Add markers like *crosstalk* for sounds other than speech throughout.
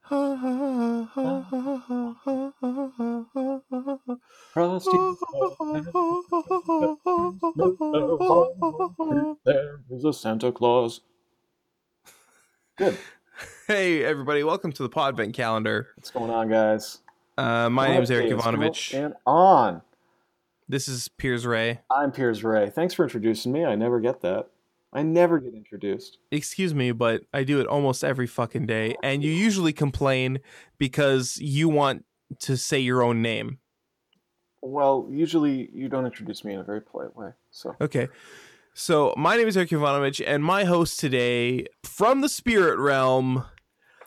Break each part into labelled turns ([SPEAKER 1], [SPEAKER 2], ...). [SPEAKER 1] *laughs*
[SPEAKER 2] Frosty the Snowman. *laughs* There is a Santa Claus. Good.
[SPEAKER 1] Hey, everybody, welcome to the Podvent calendar.
[SPEAKER 2] What's going on, guys?
[SPEAKER 1] Uh, my name is Eric
[SPEAKER 2] Okay, it's
[SPEAKER 1] Ivanovich.
[SPEAKER 2] cool And on.
[SPEAKER 1] This is Piers Ray.
[SPEAKER 2] I'm Piers Ray. Thanks for introducing me. I never get that. I never get introduced.
[SPEAKER 1] Excuse me, but I do it almost every fucking day, and you usually complain because you want to say your own name.
[SPEAKER 2] Well, usually you don't introduce me in a very polite way. So
[SPEAKER 1] Okay. So, my name is Eric Ivanovich, and my host today from the spirit realm,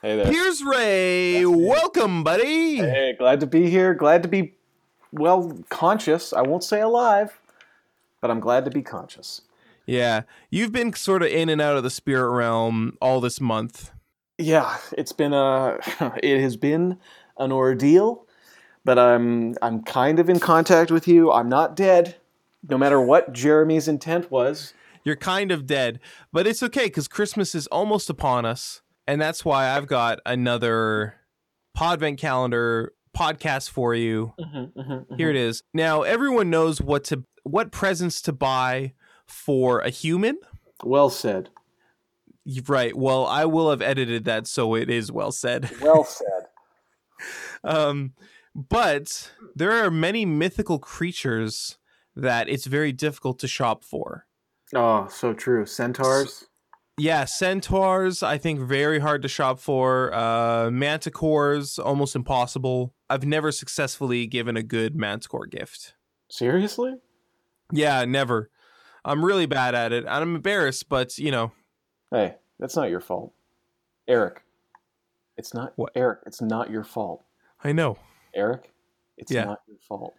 [SPEAKER 2] hey there.
[SPEAKER 1] Piers Ray.
[SPEAKER 2] That's me.
[SPEAKER 1] Welcome, buddy.
[SPEAKER 2] Hey, glad to be here. Glad to be well conscious. I won't say alive, but I'm glad to be conscious.
[SPEAKER 1] Yeah, you've been sort of in and out of the spirit realm all this month.
[SPEAKER 2] Yeah, it's been a *laughs* it has been an ordeal, but I'm I'm kind of in contact with you. I'm not dead. No matter what Jeremy's intent was,
[SPEAKER 1] You're kind of dead, but it's okay because Christmas is almost upon us, and that's why I've got another Podvent calendar podcast for you.
[SPEAKER 2] Mm-hmm.
[SPEAKER 1] Here it is. Now everyone knows what to what presents to buy for a human.
[SPEAKER 2] Well said.
[SPEAKER 1] You- Right. Well, I will have edited that so it is well said.
[SPEAKER 2] Well said.
[SPEAKER 1] Um, but there are many mythical creatures that it's very difficult to shop for.
[SPEAKER 2] Oh, so true. Centaurs.
[SPEAKER 1] yeah centaurs i think very hard to shop for uh manticores almost impossible i've never successfully given a good manticore gift
[SPEAKER 2] Seriously?
[SPEAKER 1] yeah never i'm really bad at it and i'm embarrassed but you know
[SPEAKER 2] Hey, that's not your fault. Eric. It's not
[SPEAKER 1] What?
[SPEAKER 2] Eric, it's not your fault.
[SPEAKER 1] i know
[SPEAKER 2] Eric, it's
[SPEAKER 1] Yeah.
[SPEAKER 2] not your fault.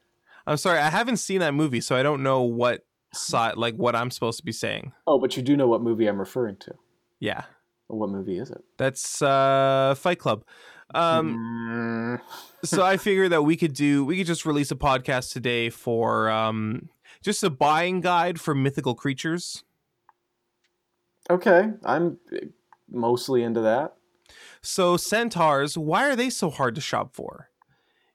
[SPEAKER 1] i'm sorry i haven't seen that movie so i don't know what side like what i'm supposed to be saying
[SPEAKER 2] Oh, but you do know what movie I'm referring to.
[SPEAKER 1] yeah
[SPEAKER 2] What movie is it?
[SPEAKER 1] that's uh fight club um
[SPEAKER 2] Um,
[SPEAKER 1] so I figured that we could do we could just release a podcast today for um just a buying guide for mythical creatures.
[SPEAKER 2] okay, I'm eh, mostly into that.
[SPEAKER 1] So centaurs, why are they so hard to shop for?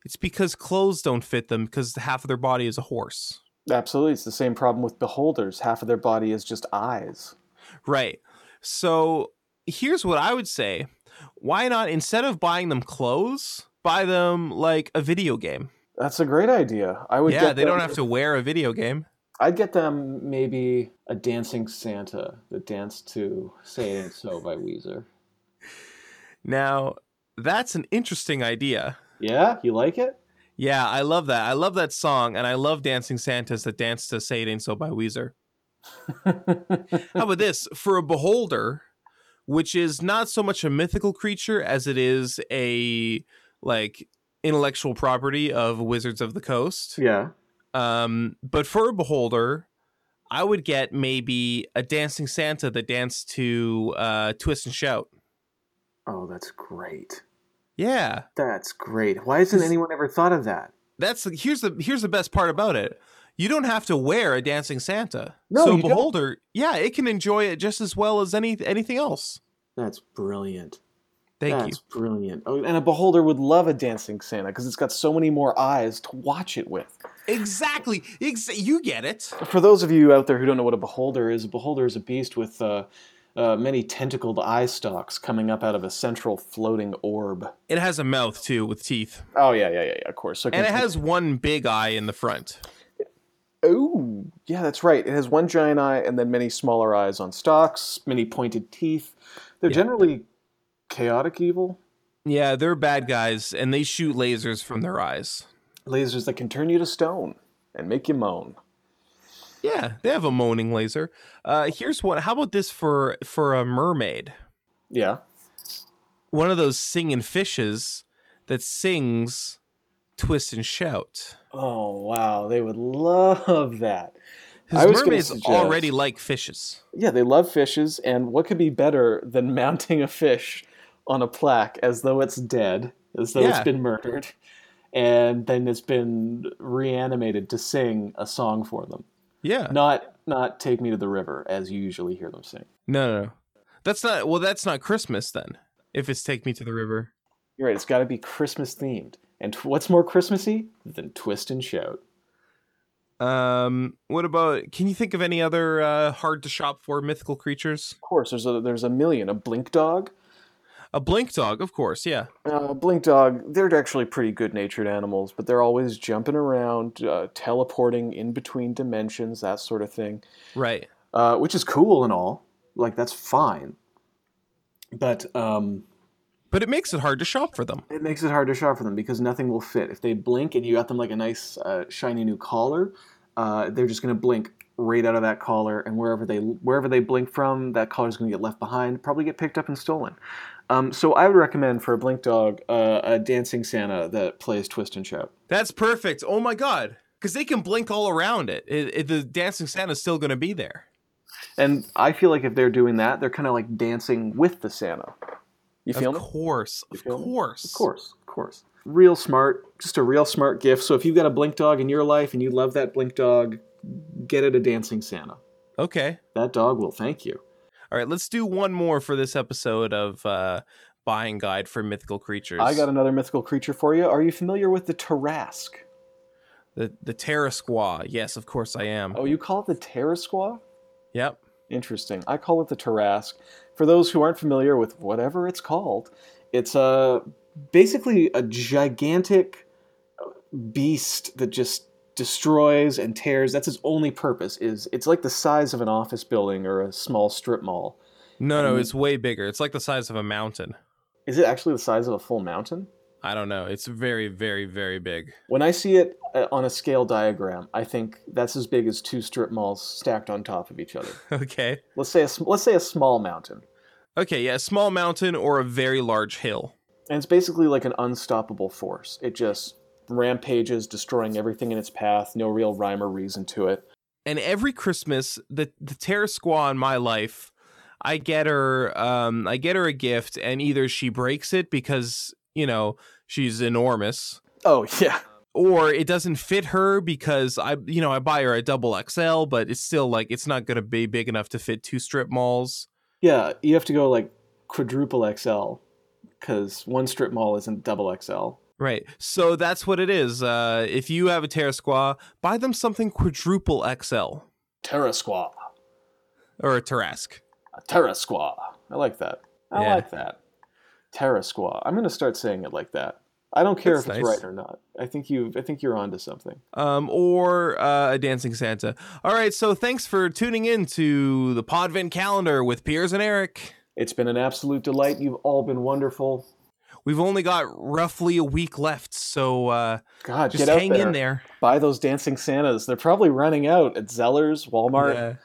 [SPEAKER 1] It's because clothes don't fit them because half of their body is a horse.
[SPEAKER 2] Absolutely, it's the same problem with beholders. Half of their body is just eyes.
[SPEAKER 1] Right. So here's what I would say. Why not instead of buying them clothes, buy them like a video game?
[SPEAKER 2] That's a great idea. I would.
[SPEAKER 1] Yeah,
[SPEAKER 2] get
[SPEAKER 1] they
[SPEAKER 2] them-
[SPEAKER 1] don't have to wear a video game.
[SPEAKER 2] I'd get them maybe a dancing Santa that danced to "Say It Ain't So" by Weezer.
[SPEAKER 1] Now, that's an interesting idea.
[SPEAKER 2] Yeah, you like *laughs* it?
[SPEAKER 1] Yeah, I love that. I love that song, and I love Dancing Santas that dance to Say It Ain't So by Weezer. How about this? For a beholder, which is not so much a mythical creature as it is a like intellectual property of Wizards of the Coast.
[SPEAKER 2] yeah.
[SPEAKER 1] Um, but for a beholder, I would get maybe a dancing Santa that danced to uh, Twist and Shout.
[SPEAKER 2] Oh, that's great.
[SPEAKER 1] Yeah.
[SPEAKER 2] That's great. Why hasn't anyone ever thought of that?
[SPEAKER 1] That's here's the here's the best part about it. You don't have to wear a dancing Santa.
[SPEAKER 2] No,
[SPEAKER 1] so
[SPEAKER 2] you don't.
[SPEAKER 1] beholder, yeah, it can enjoy it just as well as any anything else.
[SPEAKER 2] That's brilliant.
[SPEAKER 1] Thank
[SPEAKER 2] That's brilliant. Oh, and a beholder would love a dancing Santa because it's got so many more eyes to watch it with.
[SPEAKER 1] you. Exactly. Ex- you get it.
[SPEAKER 2] For those of you out there who don't know what a beholder is, a beholder is a beast with uh, uh, many tentacled eye stalks coming up out of a central floating orb.
[SPEAKER 1] It has a mouth too with teeth.
[SPEAKER 2] Oh yeah, yeah, yeah, yeah. Of course. So
[SPEAKER 1] And it has one big eye in the front.
[SPEAKER 2] Oh yeah, that's right. It has one giant eye and then many smaller eyes on stalks, many pointed teeth. They're
[SPEAKER 1] Yeah.
[SPEAKER 2] generally chaotic evil
[SPEAKER 1] Yeah, they're bad guys and they shoot lasers from their eyes.
[SPEAKER 2] lasers that can turn you to stone and make you moan.
[SPEAKER 1] Yeah, they have a moaning laser. Uh here's one. How about this for for a mermaid?
[SPEAKER 2] Yeah.
[SPEAKER 1] One of those singing fishes that sings Twist and Shout.
[SPEAKER 2] Oh wow, they would love that. I
[SPEAKER 1] Because
[SPEAKER 2] was gonna
[SPEAKER 1] mermaids
[SPEAKER 2] suggest-
[SPEAKER 1] already like fishes.
[SPEAKER 2] Yeah, they love fishes, and what could be better than *laughs* mounting a fish on a plaque as though it's dead, as though it's
[SPEAKER 1] Yeah.
[SPEAKER 2] been murdered, and then it's been reanimated to sing a song for them.
[SPEAKER 1] Yeah. No,
[SPEAKER 2] Not not take me to the river as you usually hear them sing.
[SPEAKER 1] no, no. That's not well. That's not Christmas then. If it's take me to the river.
[SPEAKER 2] You're right, it's got to be Christmas themed. And t- what's more Christmassy than Twist and Shout?
[SPEAKER 1] Um, what about? Can you think of any other uh, hard to shop for mythical creatures?
[SPEAKER 2] Of course, there's a there's a million. A blink dog.
[SPEAKER 1] A blink dog, of course. Yeah.
[SPEAKER 2] Uh, blink dog. They're actually pretty good natured animals, but they're always jumping around, uh, teleporting in between dimensions, that sort of thing.
[SPEAKER 1] Right.
[SPEAKER 2] Uh, which is cool and all. Like that's fine. But um,
[SPEAKER 1] But it makes it hard to shop for them.
[SPEAKER 2] it makes it hard to shop for them because nothing will fit. If they blink and you got them like a nice uh, shiny new collar, uh, they're just gonna blink right out of that collar, and wherever they wherever they blink from, that collar's gonna get left behind, probably get picked up and stolen. Um, so I would recommend for a blink dog uh, a dancing Santa that plays twist and shout.
[SPEAKER 1] That's perfect. Oh my god, because they can blink all around it. It, it. The dancing Santa's still going to be there.
[SPEAKER 2] And I feel like if they're doing that, they're kind of like dancing with the Santa. You feel
[SPEAKER 1] Of
[SPEAKER 2] me?
[SPEAKER 1] course, of
[SPEAKER 2] feel me?
[SPEAKER 1] course,
[SPEAKER 2] Of course, of course. Real smart, just a real smart gift. So if you've got a blink dog in your life and you love that blink dog, get it a dancing Santa.
[SPEAKER 1] Okay.
[SPEAKER 2] That dog will thank you.
[SPEAKER 1] All right. Let's do one more for this episode of uh, buying guide for mythical creatures.
[SPEAKER 2] I got another mythical creature for you. Are you familiar with the Tarask?
[SPEAKER 1] the the Terra Squaw. Yes, of course I am.
[SPEAKER 2] Oh, you call it the Terrasquaw?
[SPEAKER 1] Yep.
[SPEAKER 2] Interesting. I call it the Tarask. For those who aren't familiar with whatever it's called, it's a basically a gigantic beast that just destroys and tears. That's its only purpose. Is it's like the size of an office building or a small strip mall.
[SPEAKER 1] No, no,
[SPEAKER 2] Um,
[SPEAKER 1] it's way bigger. It's like the size of a mountain.
[SPEAKER 2] Is it actually the size of a full mountain?
[SPEAKER 1] I don't know. It's very, very, very big. *laughs*
[SPEAKER 2] When I see it uh, on a scale diagram, I think that's as big as two strip malls stacked on top of each other.
[SPEAKER 1] Okay.
[SPEAKER 2] Let's say a, sm- let's say a small mountain.
[SPEAKER 1] Okay, yeah, a small mountain or a very large hill.
[SPEAKER 2] And it's basically like an unstoppable force. It just rampages, destroying everything in its path, no real rhyme or reason to it.
[SPEAKER 1] And every Christmas, the the Terra Squaw in my life, I get her um I get her a gift and either she breaks it because, you know, she's enormous
[SPEAKER 2] Oh, *laughs* yeah.
[SPEAKER 1] or it doesn't fit her because I you know, I buy her a double XL, but it's still like it's not going to be big enough to fit two strip malls.
[SPEAKER 2] Yeah, you have to go like quadruple XL because one strip mall isn't double XL.
[SPEAKER 1] Right. So that's what it is. Uh if you have a Terra Squaw, buy them something quadruple XL
[SPEAKER 2] Terra Squaw.
[SPEAKER 1] or a Tarrasque.
[SPEAKER 2] Terra Squaw. I like that. I
[SPEAKER 1] Yeah.
[SPEAKER 2] like that. Terra Squaw. I'm going to start saying it like that. I don't care
[SPEAKER 1] That's
[SPEAKER 2] if it's
[SPEAKER 1] nice.
[SPEAKER 2] right or not. I think you I think you're onto something.
[SPEAKER 1] um, or uh, a dancing Santa. All right, so thanks for tuning in to the Podvin calendar with Piers and Eric.
[SPEAKER 2] It's been an absolute delight. You've all been wonderful.
[SPEAKER 1] We've only got roughly a week left, so uh,
[SPEAKER 2] God,
[SPEAKER 1] just
[SPEAKER 2] get out
[SPEAKER 1] hang in there.
[SPEAKER 2] buy those dancing santas they're probably running out at zellers walmart
[SPEAKER 1] Yeah.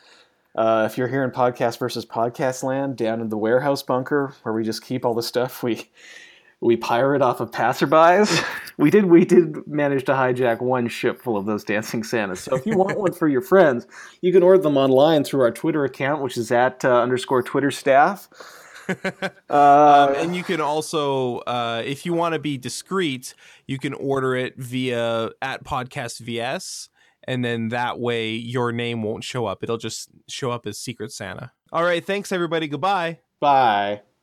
[SPEAKER 2] uh, if you're here in podcast versus podcast land down in the warehouse bunker where we just keep all the stuff we we pirate off of passerbys we did we did manage to hijack one ship full of those dancing santas so if you want one for your friends you can order them online through our twitter account which is at uh, underscore twitter staff uh,
[SPEAKER 1] Um, and you can also, uh, if you want to be discreet, you can order it via at podcast VS, and then that way your name won't show up. It'll just show up as Secret Santa. All right, thanks everybody. Goodbye.
[SPEAKER 2] bye